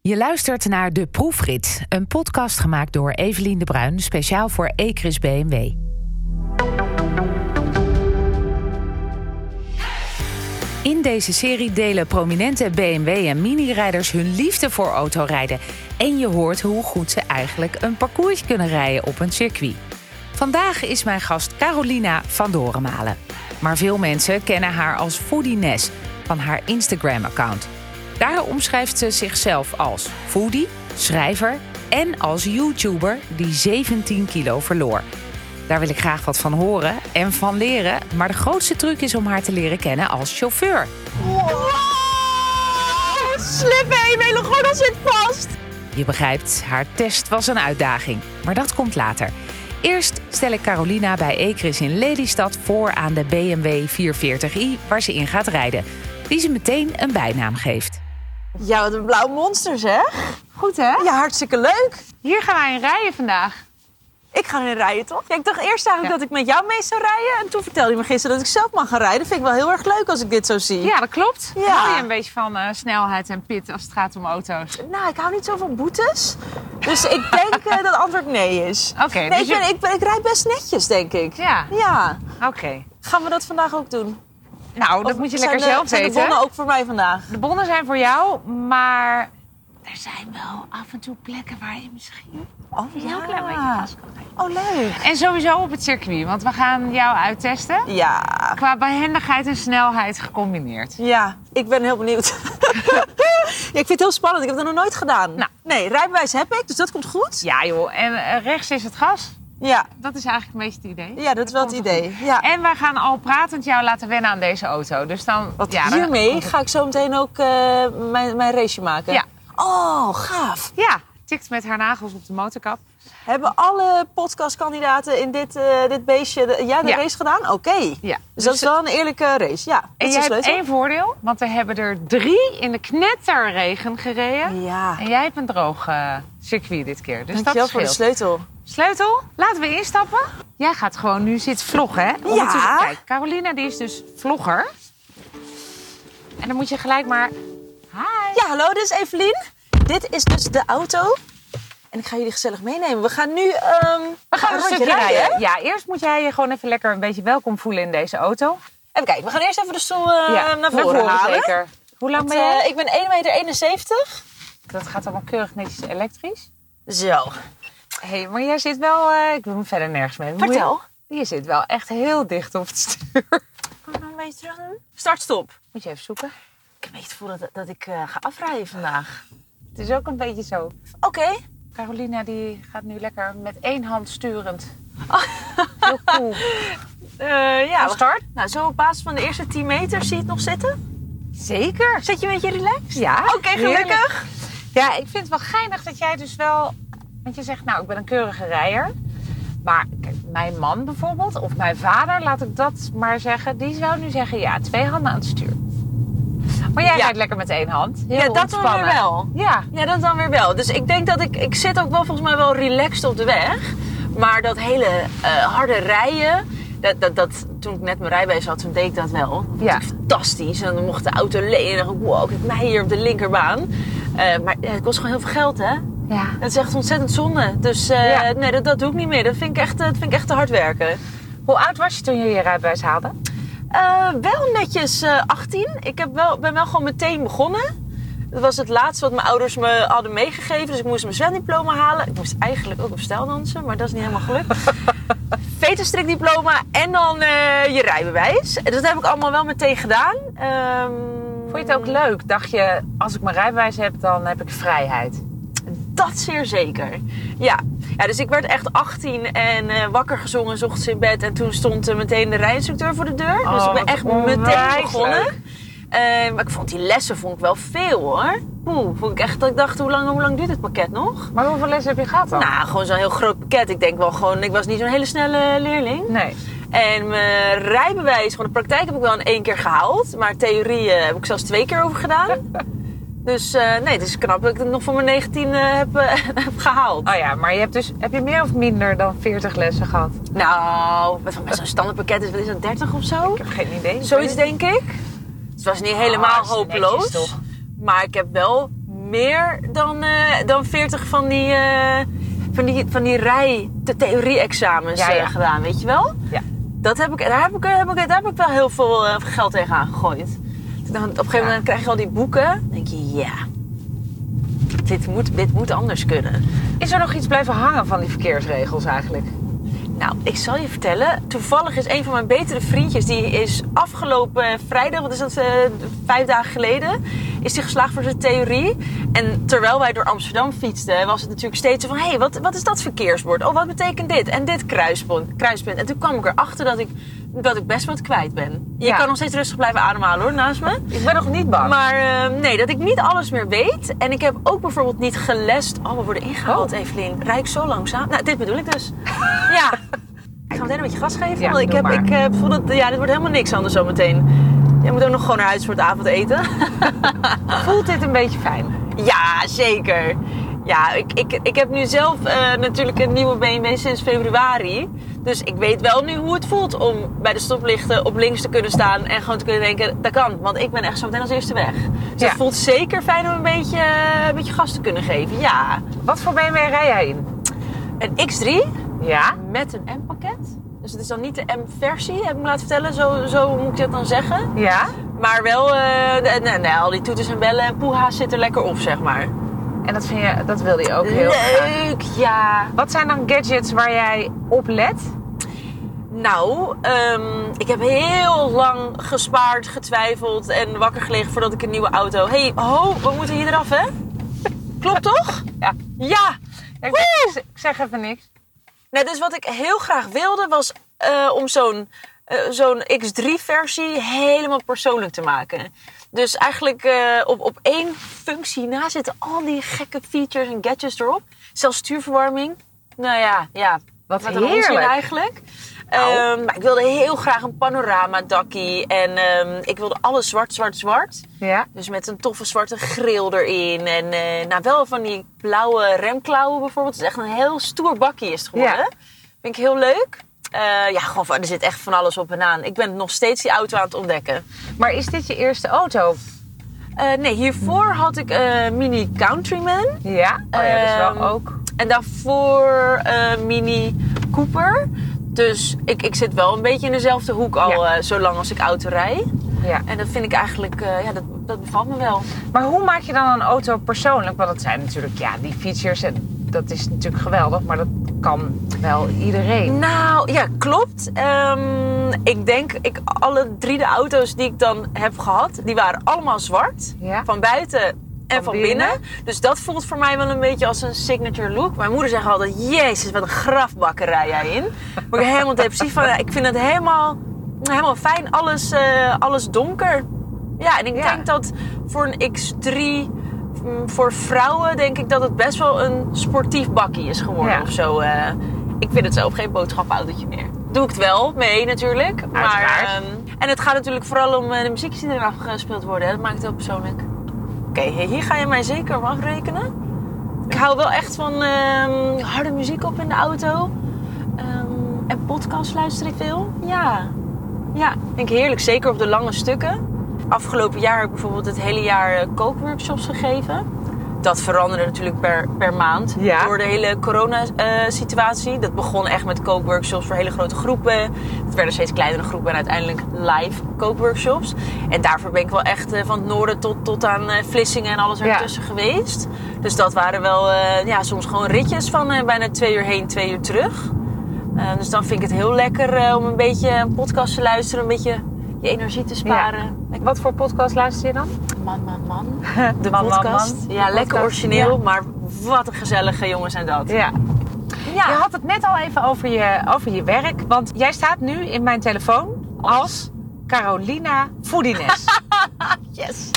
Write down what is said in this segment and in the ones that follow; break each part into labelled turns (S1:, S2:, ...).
S1: Je luistert naar De Proefrit, een podcast gemaakt door Evelien de Bruin, speciaal voor Ecris BMW. In deze serie delen prominente BMW- en minirijders hun liefde voor autorijden. En je hoort hoe goed ze eigenlijk een parcours kunnen rijden op een circuit. Vandaag is mijn gast Carolina van Dorenmalen. Maar veel mensen kennen haar als Foodie Nes van haar Instagram-account. Daar omschrijft ze zichzelf als foodie, schrijver en als YouTuber die 17 kilo verloor. Daar wil ik graag wat van horen en van leren. Maar de grootste truc is om haar te leren kennen als chauffeur.
S2: Wow! Slip hé, mijn hele gordel zit vast.
S1: Je begrijpt, haar test was een uitdaging. Maar dat komt later. Eerst stel ik Carolina bij Ecris in Lelystad voor aan de BMW 440i waar ze in gaat rijden. Die ze meteen een bijnaam geeft.
S2: Ja, wat een blauw monster zeg.
S3: Goed hè?
S2: Ja, hartstikke leuk.
S3: Hier gaan wij in rijden vandaag.
S2: Ik ga erin rijden, toch? Ja, ik dacht eerst eigenlijk dat ik met jou mee zou rijden. En toen vertelde je me gisteren dat ik zelf mag gaan rijden. Vind ik wel heel erg leuk als ik dit zo zie.
S3: Ja, dat klopt.
S2: Ja.
S3: Hou je een beetje van eh, snelheid en pit als het gaat om auto's.
S2: Nou, ik hou niet zo van boetes. Dus ik denk eh, dat antwoord nee is.
S3: Oké,
S2: Nee,
S3: dus
S2: ik,
S3: je-
S2: ben, ik, ben, ik rijd best netjes, denk ik.
S3: Ja,
S2: Ja.
S3: oké.
S2: Gaan we dat vandaag ook doen?
S3: Nou, dat
S2: Of
S3: moet je
S2: zijn
S3: lekker
S2: de-
S3: zelf
S2: zijn
S3: weten.
S2: de bonnen ook voor mij vandaag?
S3: De bonnen zijn voor jou, maar er zijn wel af en toe plekken waar je misschien
S2: Oh,
S3: een
S2: ja.
S3: heel klein beetje gas kan geven.
S2: Oh, leuk.
S3: En sowieso op het circuit, want we gaan jou uittesten.
S2: Ja.
S3: Qua behendigheid en snelheid gecombineerd.
S2: Ja, ik ben heel benieuwd. ja, ik vind het heel spannend. Ik heb dat nog nooit gedaan.
S3: Nou.
S2: Nee, rijbewijs heb ik, dus dat komt goed.
S3: Ja joh, en eh, rechts is het gas.
S2: Ja,
S3: Dat is eigenlijk een beetje het idee.
S2: ja dat is wel het
S3: komt
S2: idee. Ja.
S3: En wij gaan al pratend jou laten wennen aan deze auto. Dus dan...
S2: Want
S3: ja, dan-
S2: hiermee ga ik zo meteen ook eh, mijn, mijn raceje maken.
S3: Ja.
S2: Oh, gaaf.
S3: Ja, tikt met haar nagels op de motorkap.
S2: Hebben alle podcastkandidaten in dit, eh, dit beestje de, jij de
S3: Ja.
S2: race gedaan? Oké.
S3: Ja.
S2: Dus dat is wel een eerlijke race. Ja,
S3: En
S2: dat is
S3: jij
S2: een
S3: hebt
S2: sleutel.
S3: één voordeel, want er hebben er drie in de knetterregen gereden.
S2: Ja,
S3: En jij hebt een droog eh, circuit dit keer. Dus
S2: dankjewel
S3: dat
S2: voor de
S3: scheelt.
S2: sleutel.
S3: Sleutel, laten we instappen. Jij gaat gewoon nu zit vloggen, hè? Ondertussen- Kijk, Carolina die is dus vlogger. En dan moet je gelijk maar... Hi.
S2: Ja, hallo, dit is Evelien. Dit is dus de auto. En ik ga jullie gezellig meenemen. We gaan nu ehm,
S3: We gaan een
S2: rondje
S3: stukje
S2: rijden, hè?
S3: rijden. Ja, eerst moet jij je gewoon even lekker een beetje welkom voelen in deze auto.
S2: Even kijken, we gaan eerst even de stoel eh,
S3: ja,
S2: naar voren halen.
S3: zeker. Hoe lang
S2: Want,
S3: ben jij?
S2: eh, ik ben 1,71 meter. 71.
S3: Dat gaat allemaal keurig netjes elektrisch.
S2: Zo,
S3: Hé, hey, maar jij zit wel... eh, ik wil me verder nergens mee. bemoeien.
S2: vertel.
S3: Je zit wel echt heel dicht op het stuur.
S2: Start, stop.
S3: Moet je even zoeken.
S2: Ik heb een beetje het gevoel dat, dat ik eh, ga afrijden vandaag.
S3: Het is ook een beetje zo.
S2: Oké.
S3: Carolina die gaat nu lekker met één hand sturend. Heel cool.
S2: Eh, ja,
S3: Van
S2: we-
S3: start?
S2: nou, zo op basis van de eerste 10 meter zie je het nog zitten.
S3: Zeker.
S2: Zit je een beetje relaxed?
S3: Ja.
S2: Oké,
S3: heerlijk.
S2: gelukkig.
S3: Ja, ik vind het wel geinig dat jij dus wel... Want je zegt, nou, ik ben een keurige rijder. Maar kijk, mijn man bijvoorbeeld, of mijn vader, laat ik dat maar zeggen. Die zou nu zeggen, ja, twee handen aan het stuur. Maar jij
S2: Ja.
S3: rijdt lekker met één hand. Heel
S2: Ja, dat dan
S3: ontspannen.
S2: weer wel.
S3: Ja,
S2: Ja, dat dan weer wel. Dus ik denk dat ik... Ik zit ook wel volgens mij wel relaxed op de weg. Maar dat hele eh, harde rijden... Dat, dat, dat, toen ik net mijn rijbewijs had, toen deed ik dat wel.
S3: ja.
S2: fantastisch. En dan mocht de auto lenen. En dacht ik, wow, kijk mij hier op de linkerbaan. Eh, maar ja, het kost gewoon heel veel geld, hè?
S3: ja.
S2: Dat is echt ontzettend zonde. Dus eh,
S3: Ja.
S2: nee, dat, dat doe ik niet meer. Dat vind ik echt, eh, dat vind ik echt te hard werken.
S3: Hoe oud was je toen je je rijbewijs haalde?
S2: Eh, wel netjes eh, 18. Ik heb wel, ben wel gewoon meteen begonnen. Dat was het laatste wat mijn ouders me hadden meegegeven. Dus ik moest mijn zwemdiploma halen. Ik moest eigenlijk ook op stijl dansen, maar dat is niet helemaal gelukt. Veterstrikdiploma en dan eh, je rijbewijs. Dus dat heb ik allemaal wel meteen gedaan. Ehm,
S3: Vond je het ook leuk? Dacht je, als ik mijn rijbewijs heb, dan heb ik vrijheid?
S2: Dat zeer zeker. Ja. ja, dus ik werd echt 18 en eh, wakker gezongen, 's ochtends in bed. En toen stond eh, meteen de rijinstructeur voor de deur. dus
S3: Oh,
S2: ik ben
S3: wat
S2: echt meteen
S3: onwijs
S2: begonnen.
S3: leuk.
S2: Eh, maar ik vond die lessen vond ik wel veel hoor. Oeh, vond ik echt dat ik dacht, hoe lang, hoe lang duurt het pakket nog?
S3: Maar hoeveel lessen heb je gehad dan?
S2: Nou, gewoon zo'n heel groot pakket. Ik denk wel gewoon, ik was niet zo'n hele snelle leerling.
S3: Nee.
S2: En mijn rijbewijs, gewoon de praktijk heb ik wel in één keer gehaald. Maar theorie eh, heb ik zelfs twee keer over gedaan. Dus eh, nee, het is knap dat ik het nog voor mijn 19 eh, heb, eh, heb gehaald.
S3: Oh ja, maar je hebt dus, heb je meer of minder dan 40 lessen gehad?
S2: Nou, wat met zo'n standaardpakket is, wat is dat, 30 of zo?
S3: Ik heb geen idee.
S2: Zoiets denk ik. Het was niet helemaal
S3: Ah, is netjes
S2: hopeloos.
S3: toch?
S2: Maar ik heb wel meer dan, eh, dan 40 van die, eh, van die, van die rij de theorie-examens
S3: Ja,
S2: eh,
S3: ja.
S2: gedaan, weet je wel?
S3: Ja.
S2: Dat heb ik, daar, heb ik, heb ik, daar heb ik wel heel veel eh, geld tegenaan gegooid. Dan, op een gegeven
S3: Ja.
S2: moment krijg je al die boeken. Dan denk je, ja, dit moet, dit moet anders kunnen.
S3: Is er nog iets blijven hangen van die verkeersregels eigenlijk?
S2: Nou, ik zal je vertellen. Toevallig is een van mijn betere vriendjes, die is afgelopen eh, vrijdag, wat is dat, eh, vijf dagen geleden, is hij geslaagd voor zijn theorie. En terwijl wij door Amsterdam fietsten, was het natuurlijk steeds zo van, hé, hey, wat, wat is dat verkeersbord? Oh, wat betekent dit? En dit kruispunt, kruispunt. En toen kwam ik erachter dat ik, dat ik best wat kwijt ben. Je
S3: Ja.
S2: kan nog steeds rustig blijven ademhalen hoor, naast me.
S3: Ik ben nog niet bang.
S2: Maar eh, nee, dat ik niet alles meer weet. En ik heb ook bijvoorbeeld niet gelest. Oh, we worden ingehaald,
S3: Oh.
S2: Evelien. Rijk zo langzaam. Nou, dit bedoel ik dus. ja. Ik ga meteen een beetje gas geven.
S3: Ja,
S2: want ik
S3: doe
S2: heb,
S3: maar.
S2: ik eh, voel dat, ja, dit wordt helemaal niks anders zometeen. Jij moet ook nog gewoon naar huis voor het avondeten.
S3: Voelt dit een beetje fijn?
S2: ja, zeker. Ja, ik, ik, ik heb nu zelf eh, natuurlijk een nieuwe BMW sinds februari. Dus ik weet wel nu hoe het voelt om bij de stoplichten op links te kunnen staan. En gewoon te kunnen denken, dat kan. Want ik ben echt zo meteen als eerste weg. Dus
S3: Ja.
S2: het voelt zeker fijn om een beetje, eh, een beetje gas te kunnen geven. Ja.
S3: Wat voor BMW rij jij in?
S2: Een X3
S3: Ja?
S2: met een M-pakket. Dus het is dan niet de M-versie, heb ik me laten vertellen. Zo, zo moet ik dat dan zeggen.
S3: Ja?
S2: Maar wel, eh, de- nee, nee, al die toeters en bellen en poeha's zit er lekker op, zeg maar.
S3: En dat, vind je, dat wil je ook heel graag.
S2: Leuk, ja.
S3: Wat zijn dan gadgets waar jij op let?
S2: Nou, ehm, ik heb heel lang gespaard, getwijfeld en wakker gelegen voordat ik een nieuwe auto. hey, ho, we moeten hier eraf, hè? Klopt toch?
S3: Ja.
S2: Ja!
S3: Ik,
S2: Woe!
S3: ik zeg even niks.
S2: Nou, dus wat ik heel graag wilde was eh, om zo'n eh, zo'n X3-versie helemaal persoonlijk te maken. Dus eigenlijk eh, op, op één functie na zitten al die gekke features en gadgets erop. Zelfs stuurverwarming. Nou ja, ja.
S3: Wat
S2: een onzin
S3: heerlijk.
S2: eigenlijk.
S3: Nou.
S2: Ehm, maar ik wilde heel graag een panoramadakkie. En ehm, ik wilde alles zwart, zwart, zwart.
S3: Ja?
S2: Dus met een toffe zwarte grill erin. En eh, nou, wel van die blauwe remklauwen bijvoorbeeld. Het is echt een heel stoer bakkie is het geworden.
S3: Ja.
S2: Vind ik heel leuk. Eh, ja, gewoon, van- er zit echt van alles op en aan. Ik ben nog steeds die auto aan het ontdekken.
S3: Maar is dit je eerste auto?
S2: Eh, nee, hiervoor had ik eh Mini Countryman.
S3: Ja? Oh ja, dat is
S2: Ehm,
S3: wel ook.
S2: En daarvoor eh, Mini Cooper. Dus ik, ik zit wel een beetje in dezelfde hoek al
S3: Ja.
S2: eh, zo lang als ik auto rij.
S3: Ja.
S2: En dat vind ik eigenlijk, eh, ja, dat, dat bevalt me wel.
S3: Maar hoe maak je dan een auto persoonlijk? Want dat zijn natuurlijk, ja, die features, en dat is natuurlijk geweldig, maar dat kan wel iedereen.
S2: Nou, ja, klopt. Ehm, ik denk, ik, alle drie de auto's die ik dan heb gehad, die waren allemaal zwart.
S3: Ja.
S2: Van buiten en van,
S3: Van
S2: binnen.
S3: binnen.
S2: Dus dat voelt voor mij wel een beetje als een signature look. Mijn moeder zegt altijd, jezus, wat een grafbakkerij jij in. Word ik helemaal depressief van. Ik vind het helemaal, helemaal fijn, alles, eh, alles donker. Ja, en ik
S3: Ja.
S2: denk dat voor een X3, mm, voor vrouwen, denk ik dat het best wel een sportief bakkie is geworden
S3: Ja.
S2: of zo. eh. ik vind het zelf geen boodschappenautootje meer. Doe ik het wel mee natuurlijk. Maar,
S3: Uiteraard.
S2: ehm, en het gaat natuurlijk vooral om eh, de muziekjes die eraf gespeeld worden. hè. Dat maakt het heel persoonlijk. Oké, hier ga je mij zeker om afrekenen. Ik hou wel echt van ehm, harde muziek op in de auto. Ehm, en podcast luister ik veel. Ja. ja, vind ik heerlijk. Zeker op de lange stukken. Afgelopen jaar heb ik bijvoorbeeld het hele jaar eh, kookworkshops gegeven. Dat veranderde natuurlijk per, per maand.
S3: Ja.
S2: Door de hele corona-situatie. dat begon echt met kookworkshops voor hele grote groepen. Het werden steeds kleinere groepen en uiteindelijk live kookworkshops. En daarvoor ben ik wel echt eh, van het noorden tot, tot aan eh, Vlissingen en alles
S3: Ja.
S2: ertussen geweest. Dus dat waren wel eh, ja, soms gewoon ritjes van eh, bijna twee uur heen, twee uur terug. Eh, dus dan vind ik het heel lekker eh, om een beetje een podcast te luisteren, een beetje je energie te sparen. Lekker-
S3: Wat voor podcast luister je dan?
S2: Man, man, man.
S3: De
S2: podcast. Ja, lekker origineel,
S3: Ja.
S2: maar wat een gezellige jongens zijn dat.
S3: Ja. Je had het net al even over je, over je werk, want jij staat nu in mijn telefoon als Carolina Foodiness.
S2: yes.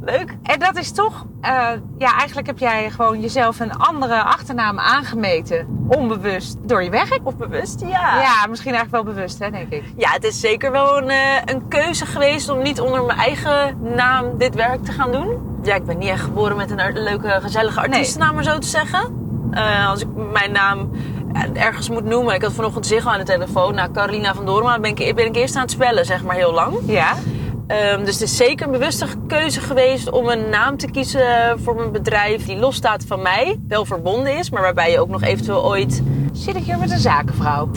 S2: Leuk.
S3: en dat is toch, eh, ja, eigenlijk heb jij gewoon jezelf een andere achternaam aangemeten, onbewust, door je werk.
S2: Of bewust, ja.
S3: Ja, misschien eigenlijk wel bewust, hè, denk ik.
S2: Ja, het is zeker wel een, eh, een keuze geweest om niet onder mijn eigen naam dit werk te gaan doen. Ja, ik ben niet echt geboren met een ar- leuke, gezellige artiestennaam, maar zo te zeggen. Eh, als ik mijn naam eh, ergens moet noemen, ik had vanochtend Ziggo aan de telefoon. Nou, Carolina van Dorma ben ik, ben ik eerst aan het spellen, zeg maar, heel lang.
S3: Ja.
S2: Ehm, dus het is zeker een bewuste keuze geweest om een naam te kiezen voor mijn bedrijf die losstaat van mij, wel verbonden is, maar waarbij je ook nog eventueel ooit.
S3: Zit ik hier met een zakenvrouw?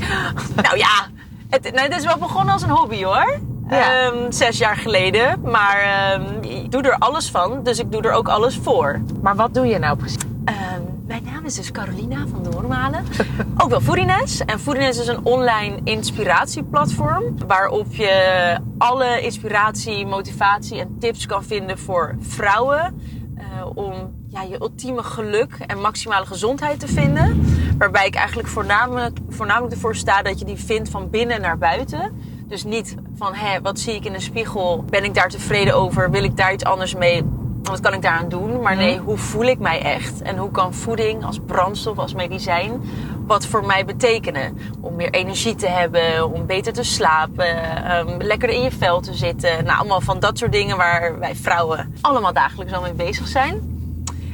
S2: nou ja, het, nou, het is wel begonnen als een hobby hoor.
S3: Ja.
S2: Ehm, zes jaar geleden, maar ehm, ik doe er alles van, dus ik doe er ook alles voor.
S3: Maar wat doe je nou precies?
S2: Ehm, mijn naam is dus Carolina van de Hoornmalen. ook wel Foodiness. En Foodiness is een online inspiratieplatform. Waarop je alle inspiratie, motivatie en tips kan vinden voor vrouwen. eh, om ja, je ultieme geluk en maximale gezondheid te vinden. Waarbij ik eigenlijk voornamelijk, voornamelijk ervoor sta dat je die vindt van binnen naar buiten. Dus niet van hé, wat zie ik in een spiegel? Ben ik daar tevreden over? Wil ik daar iets anders mee? wat kan ik daaraan doen? Maar nee, hoe voel ik mij echt? En hoe kan voeding als brandstof, als medicijn, wat voor mij betekenen? Om meer energie te hebben, om beter te slapen, ehm, lekker in je vel te zitten. Nou, allemaal van dat soort dingen waar wij vrouwen allemaal dagelijks al mee bezig zijn.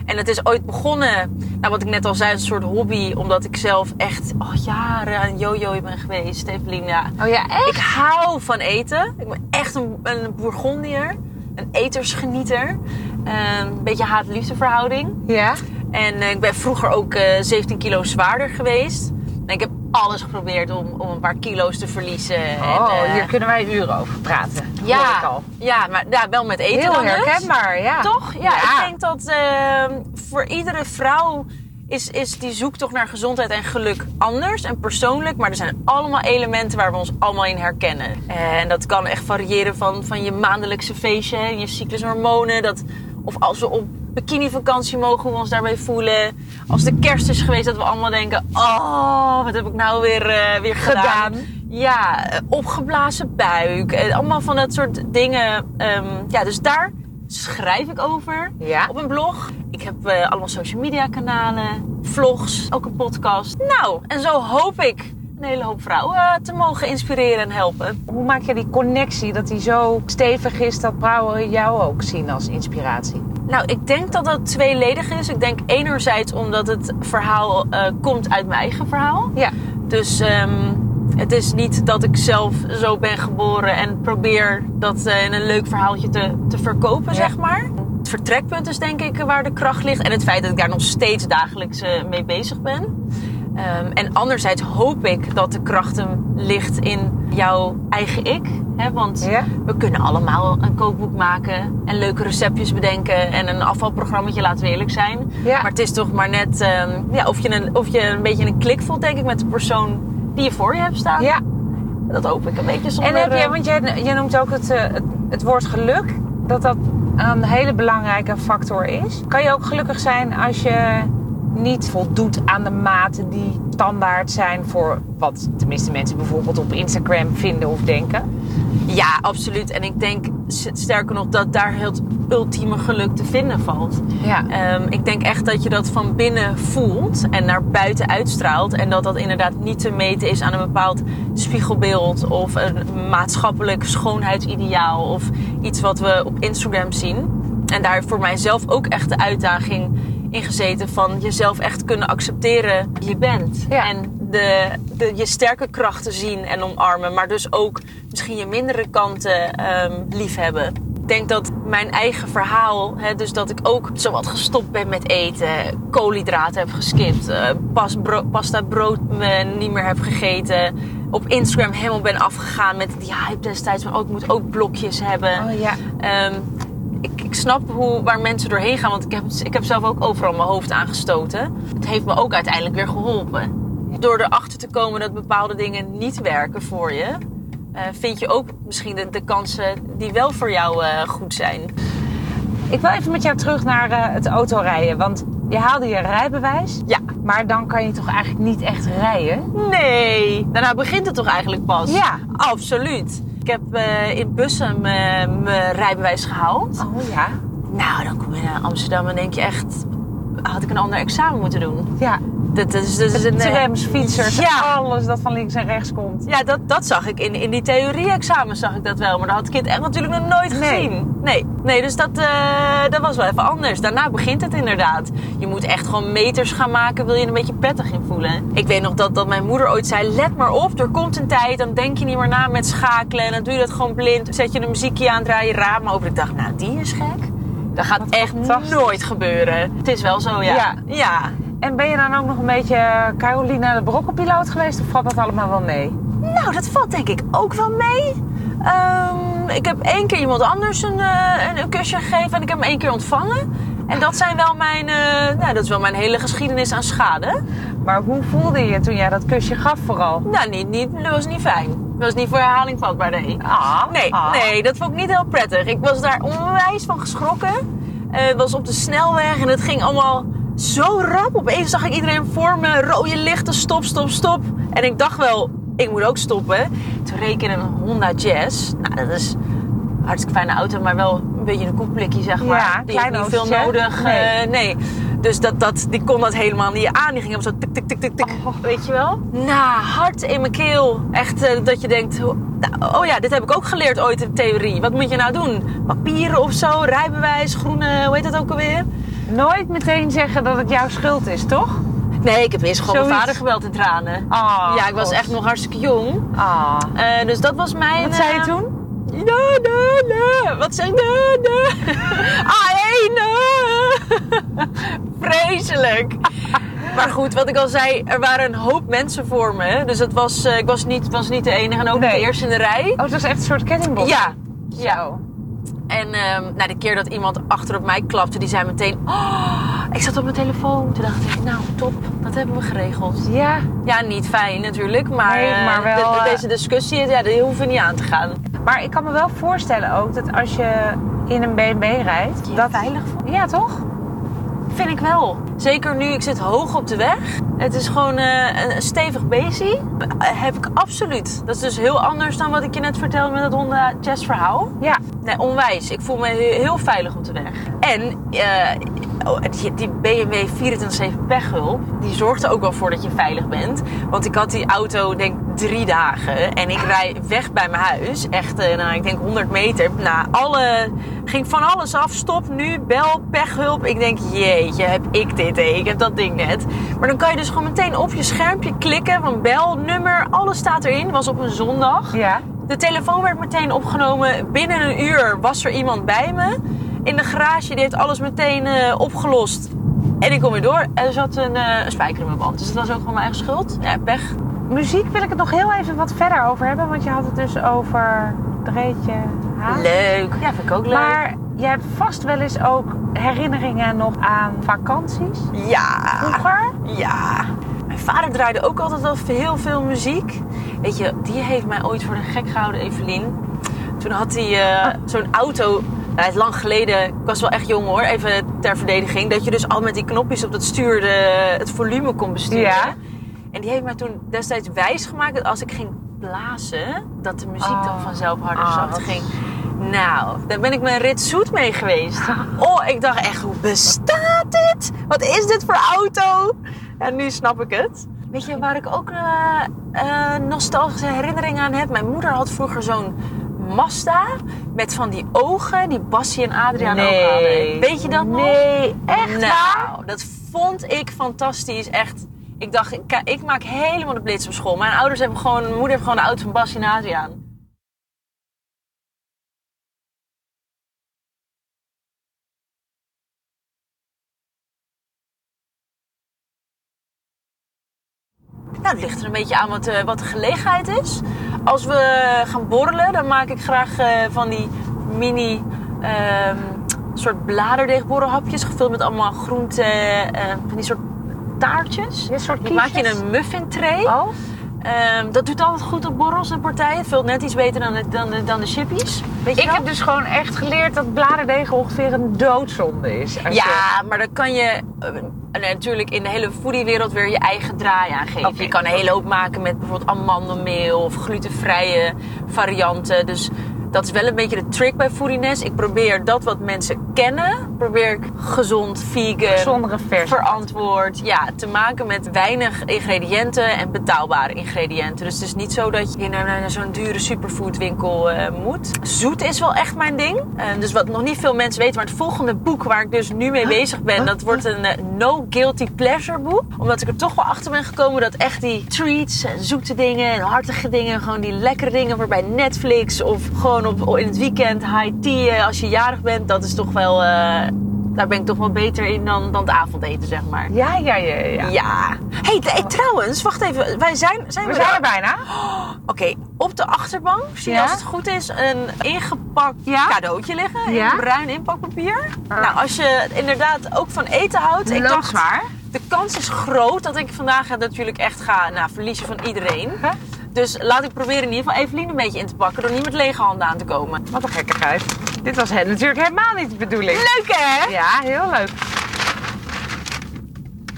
S2: En het is ooit begonnen, nou, wat ik net al zei, als een soort hobby. Omdat ik zelf echt al jaren aan yo-yo ben geweest, Evelina.
S3: Oh ja,
S2: Ik
S3: echt?
S2: hou van eten. Ik ben echt een, een bourgondier. Een etersgenieter. Eh, Een beetje haat-liefde verhouding.
S3: Ja.
S2: En eh, ik ben vroeger ook eh, 17 kilo zwaarder geweest. En ik heb alles geprobeerd om, om een paar kilo's te verliezen.
S3: Oh,
S2: en, eh,
S3: hier kunnen wij uren over praten. Hoor
S2: ja,
S3: ik al.
S2: ja, maar ja, wel met eten
S3: Heel
S2: dan dus.
S3: herkenbaar, ja.
S2: Toch? Ja, ik denk dat ehm, voor iedere vrouw is, is die zoektocht naar gezondheid en geluk anders en persoonlijk. Maar er zijn allemaal elementen waar we ons allemaal in herkennen. En dat kan echt variëren van, van je maandelijkse feestje en je cyclushormonen. Dat, of als we op bikinivakantie mogen, hoe we ons daarbij voelen. Als de kerst is geweest, dat we allemaal denken... Oh, wat heb ik nou weer, eh, weer
S3: Gedaan.
S2: gedaan. Ja, eh, opgeblazen buik. eh, Allemaal van dat soort dingen. ehm, ja, dus daar schrijf ik over
S3: Ja.
S2: op een blog. Ik heb eh, allemaal social media kanalen, vlogs, ook een podcast. Nou, en zo hoop ik een hele hoop vrouwen eh, te mogen inspireren en helpen.
S3: Hoe maak je die connectie dat die zo stevig is dat vrouwen jou ook zien als inspiratie?
S2: Nou, ik denk dat dat tweeledig is. Ik denk enerzijds omdat het verhaal eh, komt uit mijn eigen verhaal.
S3: Ja.
S2: Dus ehm, het is niet dat ik zelf zo ben geboren en probeer dat eh, in een leuk verhaaltje te, te verkopen, zeg maar. Het vertrekpunt is denk ik eh, waar de kracht ligt. En het feit dat ik daar nog steeds dagelijks eh, mee bezig ben. Ehm, en anderzijds hoop ik dat de kracht hem ligt in jouw eigen ik. Hè? Want
S3: Ja.
S2: we kunnen allemaal een kookboek maken en leuke receptjes bedenken en een afvalprogrammaatje, laten we eerlijk zijn.
S3: Ja.
S2: Maar het is toch maar net ehm, ja, of, je een, of je een beetje een klik voelt, denk ik, met de persoon die je voor je hebt staan.
S3: Ja.
S2: Dat hoop ik een beetje zonder...
S3: En heb
S2: eh,
S3: je, want jij, jij noemt ook het, eh, het, het woord geluk, dat dat een hele belangrijke factor is. Kan je ook gelukkig zijn als je niet voldoet aan de maten die standaard zijn voor wat tenminste mensen bijvoorbeeld op Instagram vinden of denken?
S2: Ja, absoluut. En ik denk s- sterker nog dat daar het ultieme geluk te vinden valt.
S3: Ja.
S2: Ehm, ik denk echt dat je dat van binnen voelt en naar buiten uitstraalt. En dat dat inderdaad niet te meten is aan een bepaald spiegelbeeld of een maatschappelijk schoonheidsideaal of iets wat we op Instagram zien. En daar heeft voor mijzelf ook echt de uitdaging in gezeten van jezelf echt kunnen accepteren wie je bent.
S3: Ja.
S2: En de, de, je sterke krachten zien en omarmen, maar dus ook misschien je mindere kanten ehm, liefhebben. Ik denk dat mijn eigen verhaal, hè, dus dat ik ook zowat gestopt ben met eten, koolhydraten heb geskipt, eh, pas bro- pasta brood me niet meer heb gegeten, op Instagram helemaal ben afgegaan met die hype destijds van oh, ik moet ook blokjes hebben.
S3: Oh ja.
S2: Ehm, ik, ik snap hoe, waar mensen doorheen gaan, want ik heb, ik heb zelf ook overal mijn hoofd aangestoten. Het heeft me ook uiteindelijk weer geholpen. Door erachter te komen dat bepaalde dingen niet werken voor je, eh, vind je ook misschien de, de kansen die wel voor jou eh, goed zijn.
S3: Ik wil even met jou terug naar eh, het autorijden, want je haalde je rijbewijs,
S2: Ja,
S3: maar dan kan je toch eigenlijk niet echt rijden?
S2: nee. Daarna begint het toch eigenlijk pas?
S3: Ja.
S2: Absoluut. Ik heb eh, in Bussum eh, mijn rijbewijs gehaald.
S3: Oh ja.
S2: Nou, dan kom je naar Amsterdam en denk je echt, had ik een ander examen moeten doen?
S3: Ja.
S2: Dit is, dit is een, eh,
S3: Trams, fietsers, Oh.
S2: Ja.
S3: alles dat van links en rechts komt.
S2: Ja, dat, dat zag ik in, in die theorie-examen zag ik dat wel. Maar dat had het kind echt natuurlijk nog nooit
S3: Nee.
S2: gezien. Nee, nee dus dat, eh, dat was wel even anders. Daarna begint het inderdaad. Je moet echt gewoon meters gaan maken, wil je er een beetje prettig in voelen. Ik weet nog dat, dat mijn moeder ooit zei, let maar op, er komt een tijd. Dan denk je niet meer na met schakelen. En dan doe je dat gewoon blind. Zet je een muziekje aan, draai je raam open. Ik dacht, nou die is gek. Dat gaat echt
S3: fantastisch.
S2: nooit gebeuren. Het is wel zo, ja.
S3: Ja.
S2: ja.
S3: En ben je dan ook nog een beetje Carolina de Brokkenpiloot geweest of valt dat allemaal wel mee?
S2: Nou, dat valt denk ik ook wel mee. Ehm, ik heb één keer iemand anders een, eh, een, een kusje gegeven en ik heb hem één keer ontvangen. En dat, zijn wel mijn, eh, nou, dat is wel mijn hele geschiedenis aan schade.
S3: Maar hoe voelde je toen jij dat kusje gaf vooral?
S2: Nou, niet, niet, dat was niet fijn. Dat was niet voor herhaling vatbaar, nee.
S3: Ah,
S2: Nee,
S3: ah.
S2: nee, dat vond ik niet heel prettig. Ik was daar onwijs van geschrokken. Eh, Het was op de snelweg en het ging allemaal zo rap. Opeens zag ik iedereen voor me, rode lichten, stop, stop, stop. En ik dacht wel, ik moet ook stoppen. Toen reed ik in een Honda Jazz. Nou, dat is een hartstikke fijne auto, maar wel een beetje een koekblikje, zeg maar.
S3: Ja,
S2: Die heeft
S3: klein
S2: niet veel
S3: autootje.
S2: nodig.
S3: Nee.
S2: eh, nee. Dus dat, dat, die kon dat helemaal niet aan. Die ging hem zo tik, tik, tik, tik, tik.
S3: Weet je wel?
S2: Nou, hard in mijn keel. Echt eh, dat je denkt, ho- nou, oh ja, dit heb ik ook geleerd ooit in theorie. Wat moet je nou doen? Papieren of zo, rijbewijs, groene, hoe heet dat ook alweer?
S3: Nooit meteen zeggen dat het jouw schuld is, toch?
S2: Nee, ik heb eerst gewoon mijn
S3: Zoiets.
S2: vader gebeld in tranen.
S3: Ah,
S2: ja, ik was
S3: God.
S2: echt nog hartstikke jong.
S3: Ah.
S2: Eh, dus dat was mijn...
S3: Wat zei je
S2: eh,
S3: toen? Oh,
S2: Nee, nee, nee. Wat zei nee, nee? Ah, hé, nee. Vreselijk. Maar goed, wat ik al zei, er waren een hoop mensen voor me. Dus het was, eh, ik was niet, was niet de enige en ook niet
S3: Nee.
S2: de eerste in de rij.
S3: Oh, het was echt een soort kettingbocht.
S2: Ja.
S3: Ja.
S2: En ehm, nou, de keer dat iemand achter op mij klapte, die zei meteen... Oh, ik zat op mijn telefoon. Toen dacht ik, nou, top. Dat hebben we geregeld.
S3: Ja.
S2: Ja, niet fijn natuurlijk, maar,
S3: Nee,
S2: eh,
S3: maar wel,
S2: de-
S3: eh,
S2: deze discussie, ja, die hoeven we niet aan te gaan.
S3: Maar ik kan me wel voorstellen ook dat als je in een BMW rijdt...
S2: je
S3: dat
S2: veilig voelt.
S3: Ja, toch?
S2: Vind ik wel. Zeker nu, ik zit hoog op de weg. Het is gewoon eh, een, een stevig beestje. Eh, Heb ik absoluut. Dat is dus heel anders dan wat ik je net vertelde met dat Honda Jazz verhaal.
S3: Ja.
S2: Nee, onwijs. Ik voel me he- heel veilig op de weg. En eh, oh, die, die BMW 24-7 pechhulp, die zorgt er ook wel voor dat je veilig bent. Want ik had die auto, denk drie dagen. En ik rij weg bij mijn huis. Echt, eh, nou, ik denk 100 meter. Nou, alle, ging van alles af. Stop nu, bel, pechhulp. Ik denk, jeetje, heb ik dit, hé. Ik heb dat ding net. Maar dan kan je dus gewoon meteen op je schermpje klikken. Van bel, nummer, alles staat erin. Was op een zondag.
S3: Ja.
S2: De telefoon werd meteen opgenomen. Binnen een uur was er iemand bij me. In de garage, die heeft alles meteen eh, opgelost. En ik kom weer door. Er zat een, eh, een spijker in mijn band. Dus dat was ook gewoon mijn eigen schuld. Ja, pech.
S3: Muziek wil ik het nog heel even wat verder over hebben. Want je had het dus over Dreetje Haan.
S2: Leuk. Ja, vind ik ook leuk.
S3: Maar jij hebt vast wel eens ook herinneringen nog aan vakanties.
S2: Ja.
S3: Vroeger?
S2: Ja. Mijn vader draaide ook altijd wel heel veel muziek. Weet je, die heeft mij ooit voor de gek gehouden, Evelien. Toen had hij eh,
S3: Ah.
S2: zo'n auto. Nou, het is lang geleden, ik was wel echt jong hoor, even ter verdediging. Dat je dus al met die knopjes op dat stuur de- het volume kon besturen.
S3: Ja.
S2: En die heeft mij toen destijds wijsgemaakt dat als ik ging blazen, dat de muziek dan
S3: Oh.
S2: vanzelf harder
S3: Ah,
S2: zacht
S3: wat
S2: ging. Nou, daar ben ik mijn rit zoet mee geweest. Oh, ik dacht echt, hoe bestaat dit? Wat is dit voor auto? En nu snap ik het. Weet je waar ik ook eh, eh, nostalgische herinneringen aan heb? Mijn moeder had vroeger zo'n Mazda met van die ogen die Bassie en Adriaan ook hadden. Weet je dat nog?
S3: Nee, echt
S2: nou,
S3: waar?
S2: dat vond ik fantastisch. Echt. Ik dacht, ik, ka- ik maak helemaal de blits op school. Mijn ouders hebben gewoon, mijn moeder heeft gewoon de auto van Bas in Adriaan. Nou, het ligt er een beetje aan wat, eh, wat de gelegenheid is. Als we gaan borrelen, dan maak ik graag eh, van die mini ehm, soort bladerdeegborrelhapjes. Gevuld met allemaal groenten, eh, van die soort taartjes.
S3: Dit soort
S2: Die maak je
S3: kiesjes?
S2: in een muffin tray.
S3: Oh,
S2: Ehm, dat doet altijd goed op borrels en partijen. Het vult net iets beter dan de, dan de, dan de chippies. Weet je
S3: ik
S2: wel?
S3: heb dus gewoon echt geleerd dat bladerdeeg ongeveer een doodzonde is. Als je-
S2: Ja, maar dan kan je eh, eh, natuurlijk in de hele foodiewereld weer je eigen draai aan geven.
S3: Oké.
S2: Je kan een hele hoop maken met bijvoorbeeld amandelmeel of glutenvrije varianten. Dus dat is wel een beetje de trick bij foodiness. Ik probeer dat wat mensen kennen, probeer ik gezond, vegan,
S3: Gezondere versie.
S2: verantwoord ja, te maken met weinig ingrediënten en betaalbare ingrediënten. Dus het is niet zo dat je naar, naar zo'n dure superfoodwinkel eh moet. Zoet is wel echt mijn ding. Eh, dus wat nog niet veel mensen weten, maar het volgende boek waar ik dus nu mee bezig ben, dat wordt een eh, No Guilty Pleasure boek. Omdat ik er toch wel achter ben gekomen dat echt die treats en zoete dingen en hartige dingen, gewoon die lekkere dingen voor bij Netflix of gewoon op, in het weekend high tea eh, als je jarig bent, dat is toch wel... eh, daar ben ik toch wel beter in dan, dan het avondeten, zeg maar.
S3: Ja, ja, ja, ja.
S2: Ja. hey, t- hey, trouwens, wacht even. Wij zijn, zijn
S3: We zijn er bijna.
S2: Oké, op de achterbank zie je
S3: Ja?
S2: als het goed is een ingepakt
S3: Ja?
S2: cadeautje liggen.
S3: Ja? Ah.
S2: In bruin inpakpapier. Nou, als je inderdaad ook van eten houdt. Ik dacht,
S3: Loodzwaar.
S2: de kans is groot dat ik vandaag het natuurlijk echt ga nou, verliezen van iedereen. Dus laat ik proberen in ieder geval Evelien een beetje in te pakken door niet met lege handen aan te komen.
S3: Wat een gekkigheid. Dit was het natuurlijk helemaal niet de bedoeling.
S2: Leuk hè?
S3: Ja, heel leuk.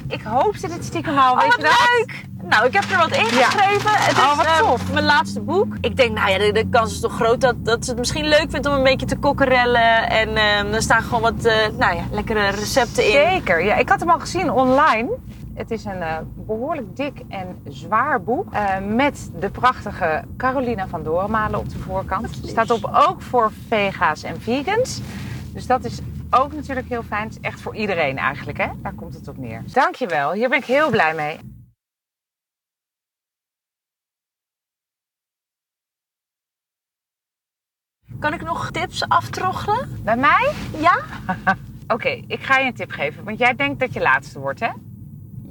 S3: Ik hoopte dit stiekem al. weet
S2: Oh,
S3: je
S2: wat
S3: dat?
S2: leuk! Nou, ik heb er wat ingeschreven. Het is
S3: Oh, wat
S2: eh,
S3: tof.
S2: mijn laatste boek. Ik denk, nou ja, de, de kans is toch groot dat, dat ze het misschien leuk vindt om een beetje te kokkerellen. En ehm, er staan gewoon wat, eh, nou ja, lekkere recepten in.
S3: Zeker. Ja, ik had hem al gezien online. Het is een eh, behoorlijk dik en zwaar boek. eh, met de prachtige Carolina van Doormalen op de voorkant.
S2: lief.
S3: Staat op ook voor vega's en vegans. Dus dat is ook natuurlijk heel fijn. Het is echt voor iedereen eigenlijk, hè? Daar komt het op neer. Dankjewel. Hier ben ik heel blij mee.
S2: Kan ik nog tips aftroggelen?
S3: Bij mij?
S2: Ja?
S3: Oké, ik ga je een tip geven. Want jij denkt dat je laatste wordt, hè?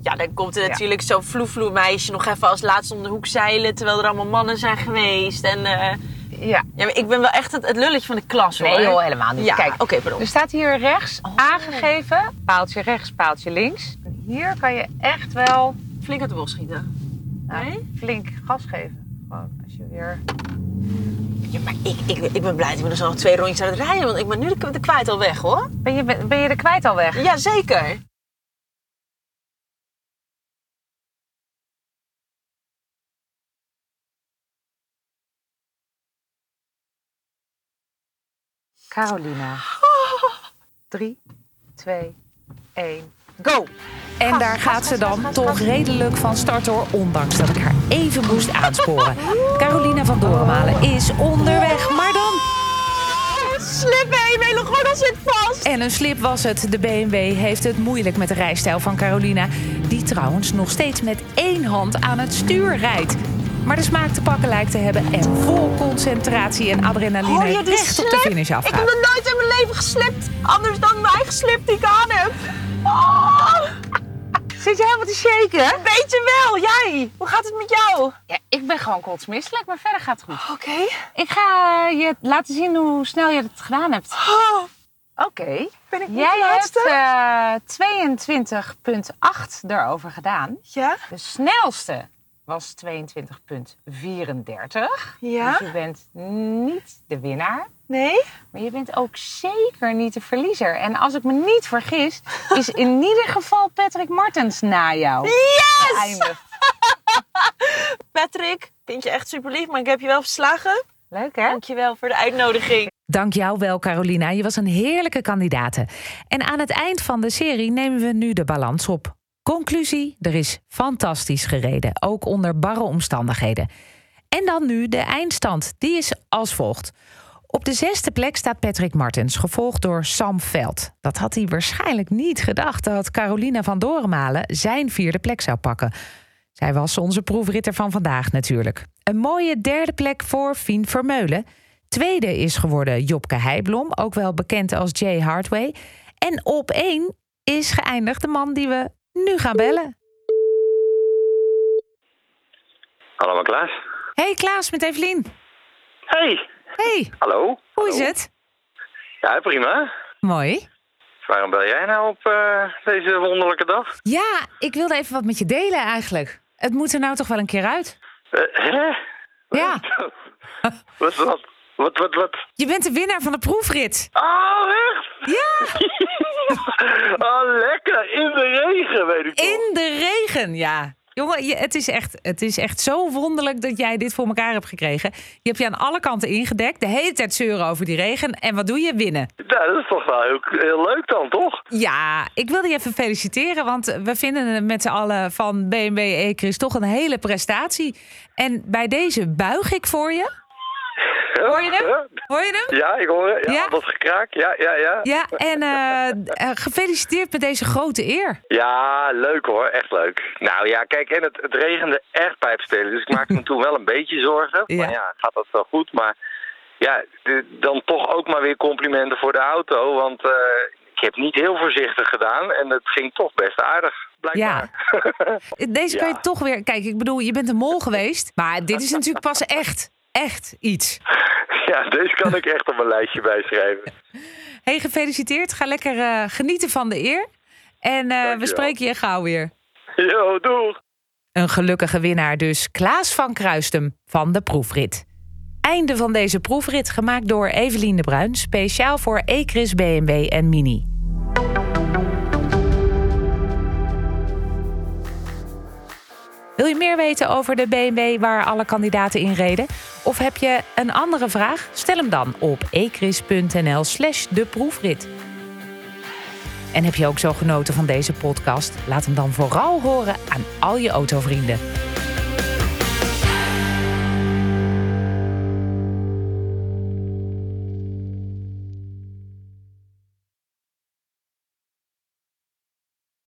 S2: Ja, dan komt er natuurlijk zo'n vloevloe meisje nog even als laatste om de hoek zeilen. Terwijl er allemaal mannen zijn geweest. En eh,
S3: Ja.
S2: ja, maar ik ben wel echt het, het lulletje van de klas hoor.
S3: Nee, joh, helemaal niet.
S2: Ja,
S3: Kijk,
S2: oké, pardon. Dus
S3: Er staat hier rechts aangegeven, paaltje rechts, paaltje links. Hier kan je echt wel
S2: Flink uit de bos schieten.
S3: nou,
S2: Nee?
S3: flink gas geven. Gewoon als je weer...
S2: Ja, maar ik, ik, ik ben blij dat ik er zo nog twee rondjes aan het rijden. Want ik ben nu de, de kwijt al weg hoor.
S3: Ben je, ben je er kwijt al weg?
S2: Jazeker.
S3: Carolina. Drie, twee, één, go!
S1: En
S3: Gas,
S1: daar
S3: gas,
S1: gaat ze
S3: gas,
S1: dan
S3: gas, gas,
S1: toch
S3: gas.
S1: redelijk van start hoor, ondanks dat ik haar even moest aansporen. Carolina van Doormalen is onderweg, maar dan...
S2: Slip heen, mijn gorgel zit vast.
S1: En een slip was het. De BMW heeft het moeilijk met de rijstijl van Carolina. Die trouwens nog steeds met één hand aan het stuur rijdt. Maar de smaak te pakken lijkt te hebben en vol concentratie en adrenaline
S2: Hoor je die
S1: recht op de
S2: Oh slip?
S1: finish
S2: Ik heb
S1: afgaat.
S2: nog nooit in mijn leven geslipt. Anders dan mijn eigen slip die ik aan heb. Oh,
S3: Zit je helemaal te shaken?
S2: weet je wel, jij. Hoe gaat het met jou?
S3: Ja, ik ben gewoon kotsmisselijk, maar verder gaat het goed.
S2: Oké.
S3: Oh, Ik ga je laten zien hoe snel je het gedaan hebt.
S2: Oh,
S3: Oké.
S2: ben ik niet
S3: Jij
S2: de
S3: hebt
S2: laatste?
S3: eh 22,8 erover gedaan.
S2: Ja.
S3: De snelste was 22,34. Dus
S2: Ja.
S3: je bent niet de winnaar.
S2: Nee.
S3: Maar je bent ook zeker niet de verliezer. En als ik me niet vergis, is in ieder geval Patrick Martens na jou
S2: Yes!
S3: geëindigd.
S2: Patrick, vind je echt super lief, maar ik heb je wel verslagen.
S3: Leuk hè?
S2: Dankjewel voor de uitnodiging.
S1: Dank jou wel, Carolina. Je was een heerlijke kandidaat. En aan het eind van de serie nemen we nu de balans op. Conclusie: er is fantastisch gereden, ook onder barre omstandigheden. En dan nu de eindstand. Die is als volgt. Op de zesde plek staat Patrick Martens, gevolgd door Sam Veld. Dat had hij waarschijnlijk niet gedacht dat Carolina van Dorenmalen zijn vierde plek zou pakken. Zij was onze proefritter van vandaag natuurlijk. Een mooie derde plek voor Fien Vermeulen. Tweede is geworden Jopke Heijblom, ook wel bekend als Jay Hardway. En op één is geëindigd de man die we nu gaan bellen.
S4: Hallo Klaas.
S1: Hey Klaas met Evelien.
S4: Hey.
S1: Hey,
S4: Hallo.
S1: hoe is het?
S4: Ja, prima.
S1: Mooi.
S4: Waarom bel jij nou op eh, deze wonderlijke dag?
S1: Ja, ik wilde even wat met je delen eigenlijk. Het moet er nou toch wel een keer uit.
S4: Eh, hè?
S1: Ja,
S4: Wat, wat, wat, wat, wat?
S1: je bent de winnaar van de proefrit.
S4: Oh, echt?
S1: Ja,
S4: oh, lekker. In Ah, de regen, weet ik wel.
S1: in de regen, ja. Jongen, je- het, is echt, het is echt zo wonderlijk dat jij dit voor elkaar hebt gekregen. Je hebt je aan alle kanten ingedekt. De hele tijd zeuren over die regen. En wat doe je? Winnen.
S4: Nou, dat is toch wel heel, heel leuk dan, toch?
S1: Ja, ik wilde je even feliciteren. Want we vinden het met z'n allen van BMW E-Chris toch een hele prestatie. En bij deze buig ik voor je. Hoor je hem? Hoor je hem?
S4: Ja, ik hoor het. Ja,
S1: Ja?
S4: dat gekraak. Ja, ja, ja.
S1: Ja, en eh, eh, gefeliciteerd met deze grote eer.
S4: Ja, leuk hoor. Echt leuk. Nou ja, kijk, en het, het regende echt pijpstelen. Dus ik maakte me toen wel een beetje zorgen.
S1: Ja.
S4: Maar ja, gaat dat wel goed? Maar ja, de- dan toch ook maar weer complimenten voor de auto. Want eh, ik heb niet heel voorzichtig gedaan. En het ging toch best aardig, blijkbaar. Ja.
S1: Deze kan je
S4: Ja.
S1: toch weer. Kijk, ik bedoel, je bent een mol geweest. Maar dit is natuurlijk pas echt, echt iets.
S4: ja, deze kan ik echt op mijn lijstje bijschrijven.
S1: Hey, gefeliciteerd. Ga lekker eh, genieten van de eer. En eh, we
S4: Dankjewel.
S1: spreken je gauw weer.
S4: Yo, doeg!
S1: Een gelukkige winnaar dus, Klaas van Kruistem van de proefrit. Einde van deze proefrit gemaakt door Evelien de Bruin, speciaal voor Ecris BMW en Mini. Wil je meer weten over de BMW waar alle kandidaten in reden? Of heb je een andere vraag? Stel hem dan op ecris.nl/slash de proefrit. En heb je ook zo genoten van deze podcast? Laat hem dan vooral horen aan al je autovrienden.